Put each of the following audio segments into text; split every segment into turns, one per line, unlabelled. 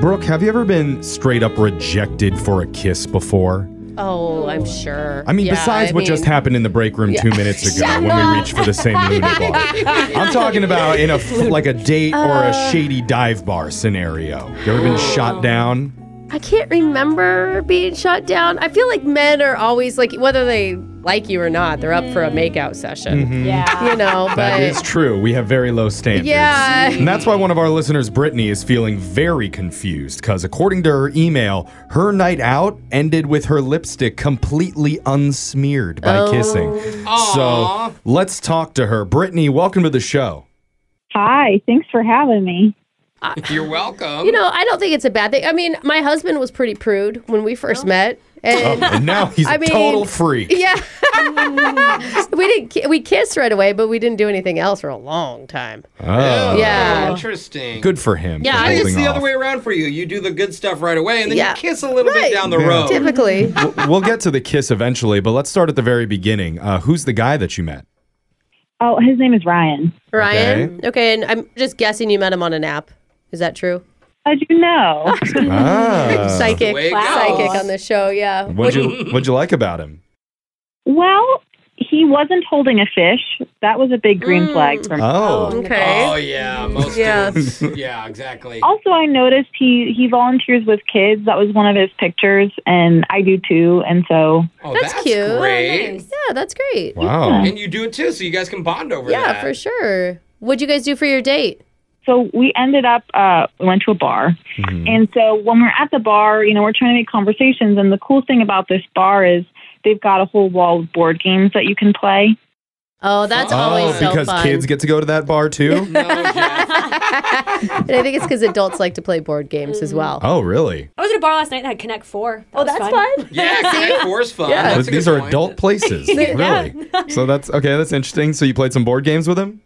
Brooke, have you ever been straight up rejected for a kiss before?
Oh, I'm sure.
I mean,
Yeah,
besides
I
what just
mean-
happened in the break room two minutes ago
Shut
when
up.
we reached for the same Luna bar, I'm talking about in a f- like a date or
Uh,
a shady dive bar scenario. You ever been
oh.
shot down?
I can't remember being shot down. I feel like men are always like, whether they like you or not, they're up for a makeout session.
Mhm.
Mm-hmm. Yeah. You know, but.
That is true. We have very low standards.
Yeah.
And that's why one of our listeners, Brittany, is feeling very confused because, according to her email, her night out ended with her lipstick completely unsmeared by
Oh.
kissing. So let's talk to her. Brittany, welcome to the show.
Hi, thanks for having me.
You're welcome.
You know, I don't think it's a bad thing. I mean, my husband was pretty prude when we first met. And,
Oh, and now he's
I
a
mean,
total freak.
Yeah. we didn't ki- we kissed right away, but we didn't do anything else for a long time.
Oh.
Yeah.
Interesting.
Good for him.
Yeah,
for
I think it's
holding
the
off.
other way around for you. You do the good stuff right away, and then
Yeah.
you kiss a little bit down the
Yeah.
road.
Typically.
We'll- we'll get to the kiss eventually, but let's start at the very beginning. Uh, who's the guy that you met?
Oh, his name is Ryan.
Ryan? Okay. and I'm just guessing you met him on an app. Is that true?
How'd you know?
Ah.
psychic.
Way it goes.
Psychic on the show, yeah.
What'd you, what'd you like about him?
Well, he wasn't holding a fish. That was a big green flag for me.
Oh.
Okay.
Oh yeah, most
Yeah.
dudes. Yeah, exactly.
Oh,
Also, I noticed he he volunteers with kids. That was one of his pictures, and I do too. And so,
Oh,
That's, cute. Oh,
great.
Yeah, that's great.
Wow.
And you do it too, so you guys can bond over
Yeah,
that.
for sure. What'd you guys do for your date?
so we ended up uh, we went to a bar, and so when we're at the bar, you know, we're trying to make conversations. And the cool thing about this bar is they've got a whole wall of board games that you can play.
Oh, that's
oh,
always so
because
fun.
kids get to go to that bar too?
Oh,
and I think it's because adults like to play board games as well.
oh, really?
I was at a bar last night that had Connect Four. Mm. oh, that's
fun.
Yeah, Connect Four's fun.
Yeah.
That's a
These
good
are
point.
adult places. Really? So that's okay, that's interesting. So you played some board games with him?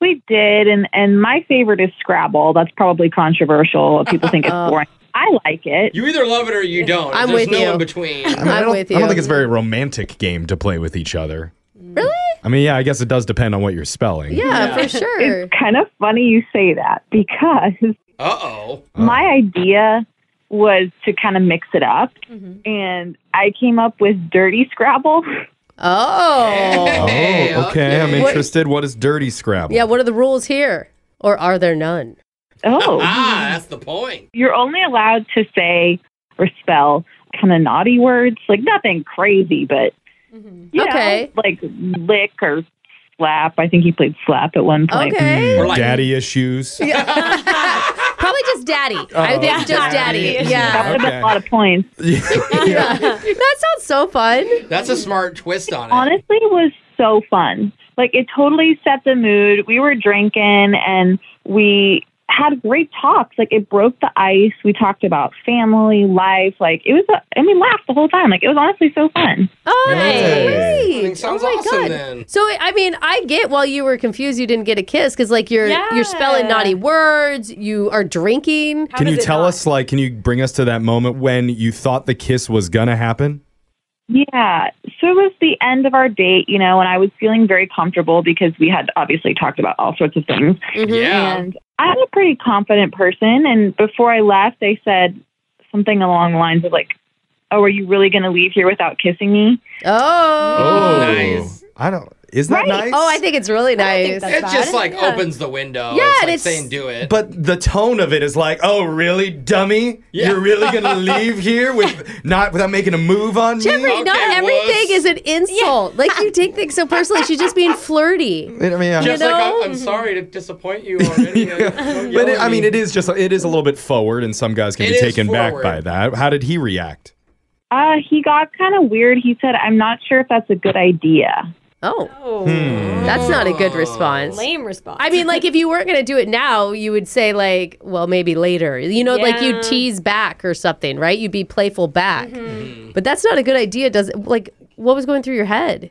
We did, and and my favorite is Scrabble. That's probably controversial. People think it's boring. I like it.
You either love it or you don't.
I'm
There's
with
no
you.
in between.
I, mean, I
I'm
don't,
with
I
you.
don't think it's a very romantic game to play with each other.
Really?
I mean, yeah, I guess it does depend on what you're spelling.
Yeah, for sure.
It's kind of funny you say that because
Uh oh.
my idea was to kind of mix it up,
Mm-hmm.
and I came up with Dirty Scrabble.
Oh.
Oh, okay. I'm
okay.
interested. What is dirty Scrabble?
Yeah, what are the rules here? Or are there none?
Oh,
Ah, that's the point.
you're only allowed to say or spell kind of naughty words, like nothing crazy, but you know,
Mm-hmm. Okay.
like lick or slap. I think he played slap at one
Mm.
point.
Okay.
Or like-
Hmm, Daddy issues.
Probably just daddy. I think just daddy.
Oh, daddy.
That
Yeah.
would have
Okay.
been a lot of points.
that sounds so fun.
That's a smart twist on it.
honestly it was so fun. Like it totally set the mood. We were drinking and we had great talks. Like it broke the ice. We talked about family, life. Like it was, a, and we laughed the whole time. Like it was honestly so fun.
Oh, that's
Yay.
great.
I mean, sounds
oh my
awesome
God.
then.
So I mean, I get while you were confused you didn't get a kiss because like you're you're spelling
Yeah.
naughty words, you are drinking.
How
Can
does
you
it
tell
not?
us, like, can you bring us to that moment when you thought the kiss was going to happen?
Yeah. So it was the end of our date, you know, and I was feeling very comfortable because we had obviously talked about all sorts of things.
Mm-hmm.
Yeah.
And I'm a pretty confident person. And before I left, I said something along the lines of like, "Oh, are you really going to leave here without kissing me?"
Oh.
nice.
I don't. Is that nice?
Oh, I think it's really nice.
think
It
that's- That's
just
bad.
like
Yeah.
opens the window.
Yeah,
it's
and
like
it's-
saying do it.
But the tone of it is like, "Oh, really, dummy?
Yeah.
You're really gonna leave here with not without making a move on
Jeffrey,
me?"
not
Okay,
everything is
wuss.
an insult. Like you take things so personally. She's just being flirty.
I mean, yeah.
just
you
like uh,
know?
I'm, I'm sorry to disappoint you already.
but it, I mean, it is just it is a little bit forward, and some guys can
It
be
is
taken back
forward.
by that. How did he react?
Uh, he got kind of weird. He said, I'm not sure if that's a good idea.
Oh, that's not a good response.
Lame response.
I mean, like if you weren't gonna do it now, you would say like, well, maybe later. You know, like you
Yeah. Mm-hmm.
tease back or something, right? You'd be playful back.
Mm-hmm.
But that's not a good idea. Does it? Like, what was going through your head?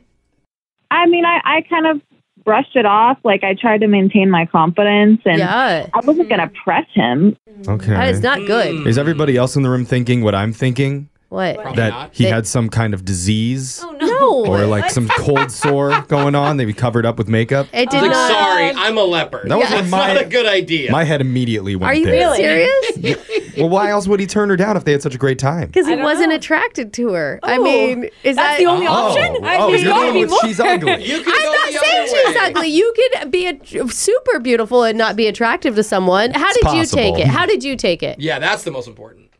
I mean, I, I kind of brushed it off. Like, I tried to maintain my confidence and
Yeah, Mm-hmm.
I wasn't going to press him.
Okay,
that is not good.
Mm. Is everybody else in the room thinking what I'm thinking?
What?
Probably
that
not.
he
They-
had some kind of disease
Oh no.
No.
or like some cold sore going on. They covered up with makeup.
It did
Like,
not.
sorry, I'm a leopard.
That was
That's
my-
not a good idea.
My head immediately went
Are you
there.
really?
serious?
Well, why else would he turn her down if they had such a great time?
Because
I
he
don't
wasn't
know.
attracted to her. I
Oh,
mean, is
that's
that
the only
Oh,
option? I
oh,
mean,
you're
gotta
going
be
with
more.
she's ugly.
you can go
I'm
the
not saying
other
she's
way.
ugly. You could be a, super beautiful and not be attractive to someone. How
It's
did you take
possible.
it? How did you take it?
Yeah, that's the most important.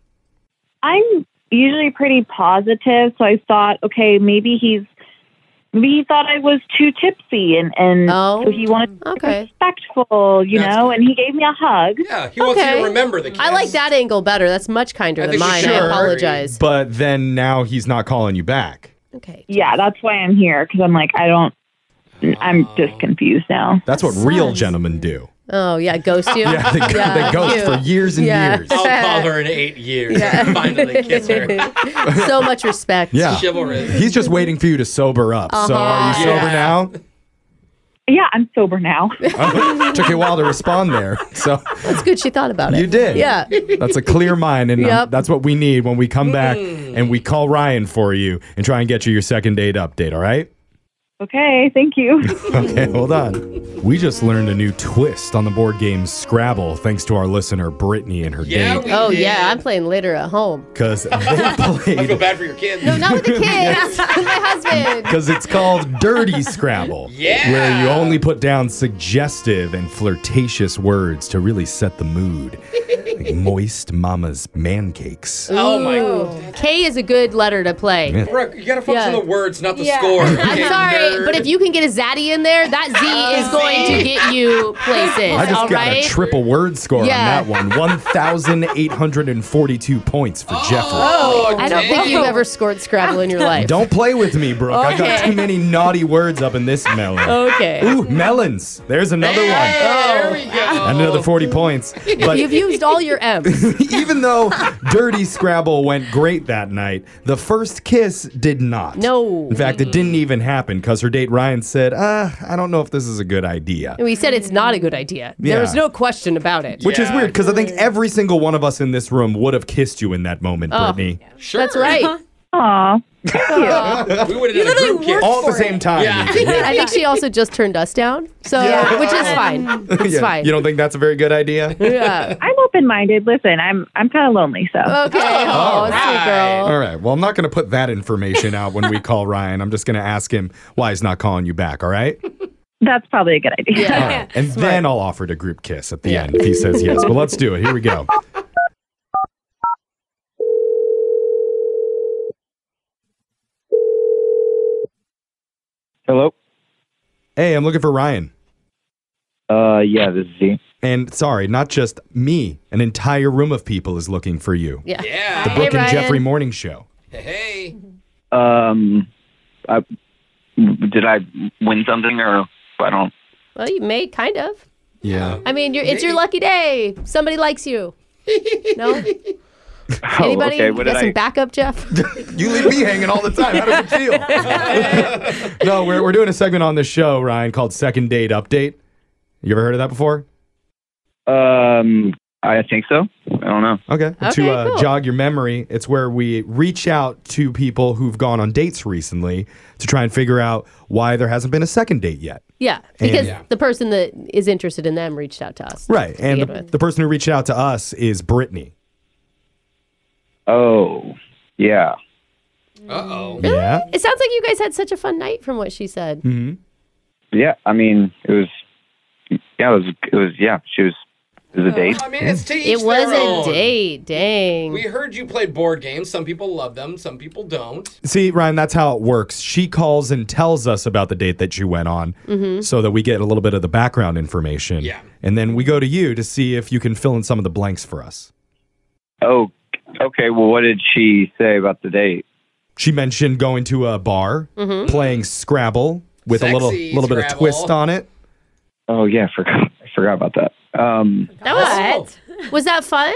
I'm usually pretty positive, so I thought, okay, maybe he's maybe he thought I was too tipsy, and and
Oh,
so he wanted to be
okay.
respectful, you
That's
know,
good.
and he gave me a hug.
Yeah, he wants you
Okay.
to remember the kiss.
I like that angle better. That's much kinder
I
than
think
mine.
sure.
I apologize.
But then now he's not calling you back.
Okay.
Yeah, that's why I'm here because I'm like I don't. I'm just confused now.
That's what real gentlemen do.
Oh yeah, ghost you.
Yeah, they, they ghost
you.
for years and
Yeah.
years.
I'll call her in eight years and finally kiss her.
so much respect.
Yeah.
Chivalrous.
He's just waiting for you to sober up. So are you
Uh-huh.
sober
Yeah.
now?
Yeah, I'm sober now.
Took you a while to respond there. So
It's good she thought about it.
you did.
Yeah.
That's a clear mind, and um,
Yep.
that's what we need when we come back and we call Ryan for you and try and get you your second date update. All right?
okay, thank you.
Okay, hold on. We just learned a new twist on the board game Scrabble thanks to our listener Brittany and her
Yeah,
date
we
Oh
did.
yeah, I'm playing later at home.
because they
I feel
played
bad for your kids.
Not with the kids. with my husband.
because it's called Dirty Scrabble,
Yeah.
where you only put down suggestive and flirtatious words to really set the mood, like moist mama's man cakes.
Oh my god.
Ooh. K is a good letter to play.
Yeah.
Brooke, you gotta focus
Yeah.
on the words, not the
Yeah.
score.
I'm
you
sorry,
nerd.
but if you can get a zaddy in there, that Z is going to get you places.
I just
all
got
right.
a triple word score
Yeah.
on that one. 1,842 points for Jeffrey.
Oh,
I don't
dang.
think you've ever scored Scrabble in your life.
Don't play with me, Brooke. I've got
Okay. Oh.
too many naughty words up in this melon.
Okay.
Ooh, melons. There's another
Hey,
Oh.
one.
There we go.
And Another 40 points. But
You've used all your M's.
even though Dirty Scrabble went great that night, the first kiss did not.
No.
In fact, it didn't even happen because her date Ryan said, uh, I don't know if this is a good idea.
We said it's not a good idea. There
Yeah.
was no question about it.
Which is
Yeah.
weird because I think every single one of us in this room would have kissed you in that moment, Brittany.
Sure.
That's right.
Aw,
We would have done a group
literally
kiss.
worked-
All at the
For it.
same time.
Yeah.
even.
I think she also just turned us down, so
Yeah.
which is fine. It's
Yeah.
fine.
You don't think that's a very good idea?
yeah.
I'm open-minded. Listen, I'm I'm kind of lonely, so
Okay.
All
Oh, sweet girl.
All right. Well, I'm not going to put that information out when we call Ryan. I'm just going to ask him why he's not calling you back. All right.
that's probably a good idea.
All
Yeah.
right. And then I'll offer to group kiss at the end if he says yes. But let's do it. Here we go.
Hello.
Hey, I'm looking for Ryan.
Uh, yeah, this is Z.
And sorry, not just me. An entire room of people is looking for you.
Yeah.
Yeah.
The Brooke and
Ryan.
Jeffrey Morning Show.
Hey.
Um, I, did I win something or I don't?
Well, you may kind of.
Yeah.
I mean, you're, it's your lucky day. Somebody likes you. No. Anybody?
oh, okay. What
got
did
some
I?
backup, Jeff?
You leave me hanging all the time. How does it feel? no, we're, we're doing a segment on this show, Ryan, called Second Date Update. You ever heard of that before?
um, I think so. I don't know.
Okay.
Okay,
to uh,
cool.
jog your memory, it's where we reach out to people who've gone on dates recently to try and figure out why there hasn't been a second date yet.
Yeah, because
Yeah.
the person that is interested in them reached out to us.
Right. And
begin
the,
with.
the person who reached out to us is Brittany.
Oh, yeah.
Uh oh.
Yeah.
It sounds like you guys had such a fun night from what she said.
hmm
Yeah. I mean, it was. Yeah, it was. It was. Yeah, she was. It
Oh.
was a date.
I mean, it's to each
It was
their own.
a date, dang.
We heard you played board games. Some people love them, some people don't.
See, Ryan, that's how it works. She calls and tells us about the date that you went on so that we get a little bit of the background information.
Mm-hmm. Yeah.
And then we go to you to see if you can fill in some of the blanks for us.
Oh, okay. Well, what did she say about the date?
She mentioned going to a bar, playing Scrabble with a little
Mm-hmm. Sexy
little bit of
Scrabble.
twist on it.
Oh, yeah. I forgot. I forgot about that. Um,
that was was that fun?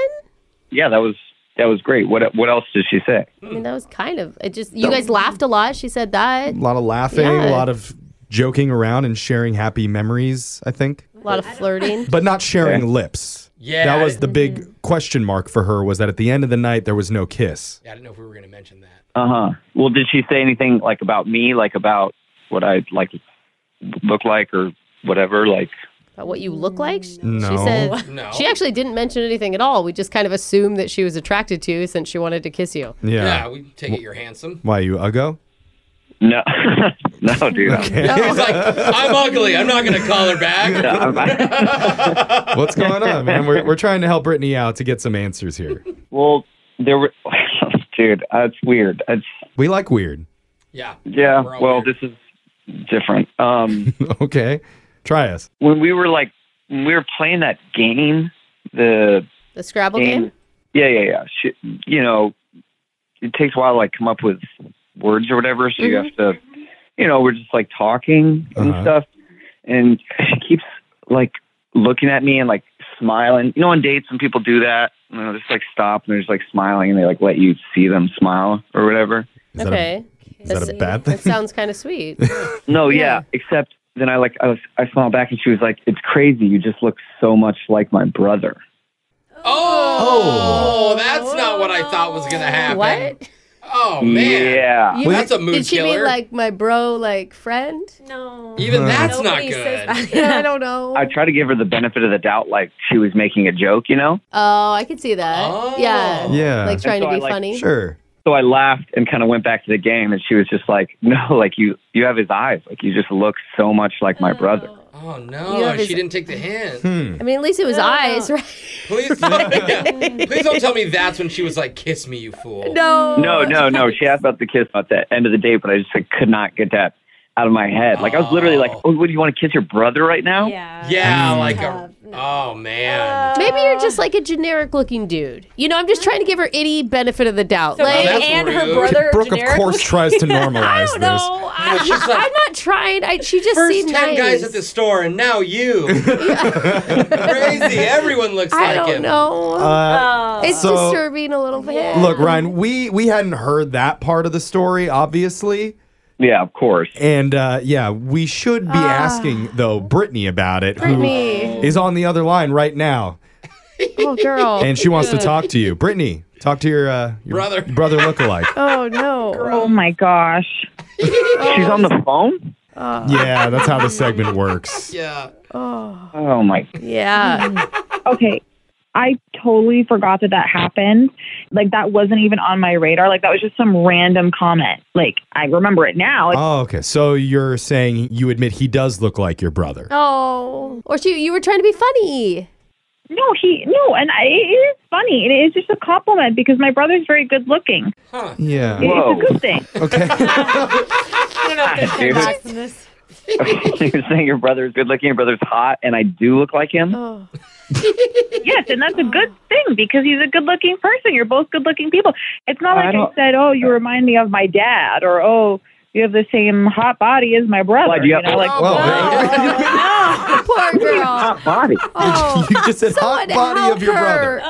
yeah, that was that was great. What What else did she say?
I mean, that was kind of it. Just you guys laughed a lot. She said that
a lot of laughing, a
Yeah.
lot of joking around and sharing happy memories, I think.
a lot of flirting.
But not sharing lips.
Yeah. Mm-hmm. I
that was
didn't-
the big question mark for her was that at the end of the night there was no kiss.
Yeah, I didn't know if we were going to mention that.
Uh huh. Well, did she say anything like about me, like about what I like look like or whatever? Like,
About what you look like? She- She
No.
said
No.
she actually didn't mention anything at all. We just kind of assumed that she was attracted to you since she wanted to kiss you.
Yeah.
Yeah, we take it. You're handsome.
Why you uggo?
no, no, dude.
He's like, I'm ugly. I'm not going to call her back.
I'm-
What's going on, man? We're, we're trying to help Brittany out to get some answers here.
well, there were, dude. That's weird. It's
We like weird.
Yeah.
yeah.
We're all
Well,
weird.
this is different. Um,
okay. Try us.
when we were like, when we were playing that game, the
The Scrabble game?
Yeah, yeah, yeah. She, you know, it takes a while to like come up with words or whatever, so you have to,
Mm-hmm.
you know, we're just like talking
Uh-huh.
and stuff, and she keeps like looking at me and like smiling. You know, on dates when people do that, you know, just like stop and they're just like smiling and they like let you see them smile or whatever.
Is
okay.
that a, is that a bad
That
thing?
sounds kind of sweet.
No, yeah. Except then I like I was I smiled back and she was like, "It's crazy. You just look so much like my brother."
Oh, that's not what I thought was going to happen.
what?
Oh, man.
Yeah.
You-
That's a mood
Did she
killer.
mean like my bro, like friend?
No.
Uh,
Even that's not
Nobody says
good.
that.
I don't know.
I try to give her the benefit of the doubt, like she was making a joke, you know.
oh, I could see that.
Oh.
Yeah.
Yeah.
Like trying
so
to be
I, like,
funny.
Sure.
so I laughed and kind of went back to the game, and she was just like, "No, like you, you have his eyes. Like you just look so much like my brother."
Oh,
You
no.
have
She
his-
didn't take the hint.
Hmm.
I mean, at least it was
No, no.
eyes, right?
Please, don't, yeah. please don't tell me that's when she was like, "Kiss me, you fool."
No.
No, no, no. She asked about the kiss about the end of the day, but I just like, could not get that out of my head. Like I was literally like, "Oh, what do you want to kiss your brother right now?"
Yeah.
Yeah,
Mm.
like a. Oh man.
Maybe you're just
uh,
like a generic looking dude. You know, I'm just trying to give her any benefit of the doubt.
So
like,
Wow,
Ray
that's
and her
rude.
brother. are
Brooke, of
generic
course,
looking.
tries to normalize
I don't
this.
know. I,
She's like,
I'm not trying. I, she just
uh, First
seemed
ten
nice.
guys at the store, and now you. Crazy. Everyone looks
I
like
don't
him.
know.
Uh,
Oh.
it's
so-
disturbing a little bit.
look, Ryan, we we hadn't heard that part of the story, obviously.
Yeah, of course.
And uh, yeah, we should be
Ah.
asking though Brittany about it,
Brittany.
who is on the other line right now,
Oh, girl.
and she wants to talk to you. Brittany, talk to your, uh, your
Brother.
brother lookalike.
Oh, no.
Oh my gosh.
She's on the phone.
Oh.
yeah, that's how the segment works.
Yeah.
Oh,
Oh my!
yeah.
Okay. I totally forgot that that happened. Like that wasn't even on my radar. Like that was just some random comment. Like I remember it now.
Oh, okay. So you're saying you admit he does look like your brother.
Oh. Or she, you were trying to be funny.
No, he no, and I, it is funny. It is just a compliment because my brother's very good looking.
Huh.
Yeah.
It-
Whoa.
It's a good thing.
Okay.
I don't know if there's
Dude.
comebacks in this.
You're saying your brother's good looking, your brother's hot, and I do look like him.
Oh.
Yes, and that's a good thing because he's a good looking person. You're both good looking people. It's not
I
like I,
don't-
said, "Oh, you remind me of my dad," or "Oh, you have the same hot body as my brother."
Like, Oh, you have-
know, like
Whoa.
Poor girl.
Hot body.
Oh.
you just said hot
Someone
body
help
of your
her.
brother.
Oh.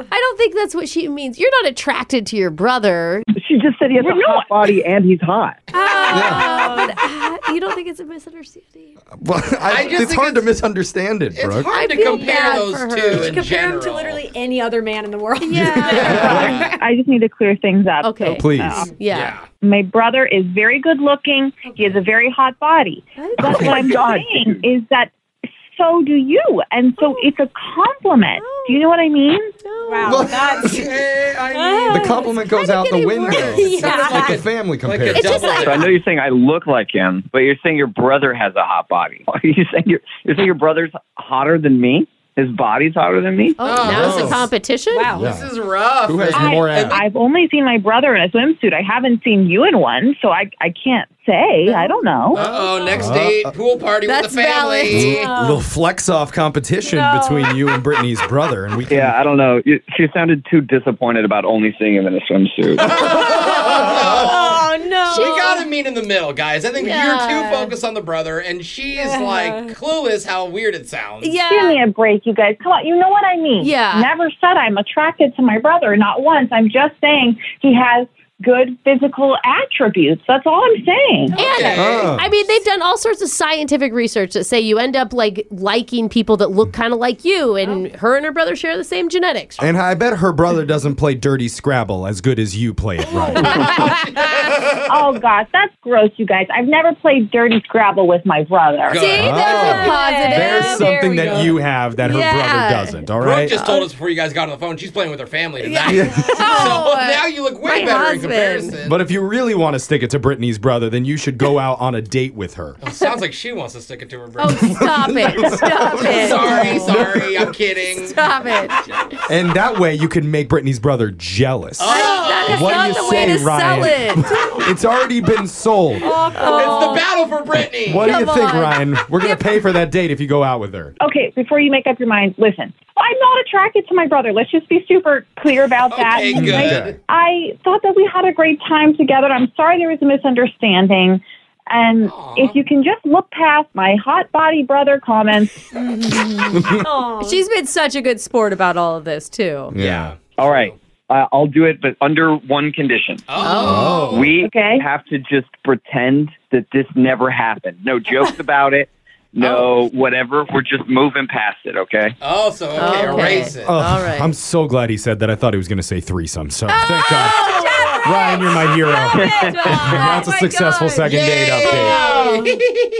Oh.
I don't think that's what she means. You're not attracted to your brother.
She just said he has a hot body and he's hot.
Uh, but uh, you don't think it's a misunderstanding?
Well, I,
I just
it's
think
hard to
it's-
misunderstand it,
It's
Brooke.
hard to
feel
compare
bad
those
for her.
two in
Compare him
general.
to literally any other man in the world.
I just need to clear things up.
Okay.
Please.
Yeah.
Yeah.
My brother is very good looking. He has a very hot body. But what I'm
Oh God,
saying is that so do you, and so it's a compliment. Do you know what I mean?
Wow. That's.
Hey, I
The compliment goes out the
getting
window.
worse.
It sounds
Yeah.
like a family
like
comparison.
a
just
double.
like-
So I know you're saying I look like him, but you're saying your brother has a hot body. You're saying your you're saying your brother's hotter than me. His body's hotter than me.
Oh,
Oh,
now it's
gross.
a competition?
Wow.
Yeah.
this is rough.
Who has
man.
more
and-
abs?
I've only seen my brother in a swimsuit. I haven't seen you in one, so I I can't say. I don't know.
Uh-oh, next date, pool party
Oh. That's
with the family.
valid.
Little flex off competition
No.
between you and Brittany's brother, and we can
Yeah, I don't know. You- She sounded too disappointed about only seeing him in a swimsuit.
Oh no.
We gotta meet in the middle, guys. I think you're
Yeah.
too focused on the brother, and she's like clueless how weird it sounds.
Give
Yeah.
me a break, you guys. Come on, you know what I mean.
Yeah.
Never said I'm attracted to my brother, not once. I'm just saying he has good physical attributes. That's all I'm saying.
And
Ah.
I mean, they've done all sorts of scientific research that say you end up like liking people that look kind of like you, and her and her brother share the same genetics.
And I bet her brother doesn't play dirty Scrabble as good as you play it, right?
Oh gosh, that's gross, you guys. I've never played dirty Scrabble with my brother.
God.
See, that's a
Oh.
positive.
Ah. There's
Yeah, there
something
we
that
go.
you have that her
Yeah.
brother doesn't, all
Brooke
right?
just
Uh,
told us before you guys got on the phone she's playing with her family tonight. so
Oh, uh,
now you look way
my
better
husband.
in comparison.
but if you really want to stick it to Brittany's brother, then you should go out on a date with her.
Sounds like she wants to stick it to her brother.
Oh, stop it! Stop it!
sorry, sorry, I'm kidding.
Stop it!
And that way you can make Brittany's brother jealous.
Oh,
That is
What do
not
you
the
say,
way to
Ryan?
sell it. Oh,
It's already been sold.
It's the battle for Brittany.
What do you
Come
think,
on.
Ryan? We're going to pay for that date if you go out with her.
Okay, before you make up your mind, listen. I'm not attracted to my brother. Let's just be super clear about that.
Okay,
Like,
good.
I thought that we had a great time together. I'm sorry there was a misunderstanding. And if you can just look past my hot body brother comments,
Aw.
She's been such a good sport about all of this too.
Yeah.
All right. Uh, I'll do it, but under one condition.
Oh.
Oh.
We
Okay.
have to just pretend that this never happened. No jokes about it. No, whatever. We're just moving past it, okay?
Oh, so okay,
Okay.
erase it.
Oh,
All right. Oh,
I'm so glad he said that. I thought he was going to say threesome. So thank God. Ryan, you're my hero.
Stop it.
That's a
Oh my
successful
God.
second date
Yay!
update.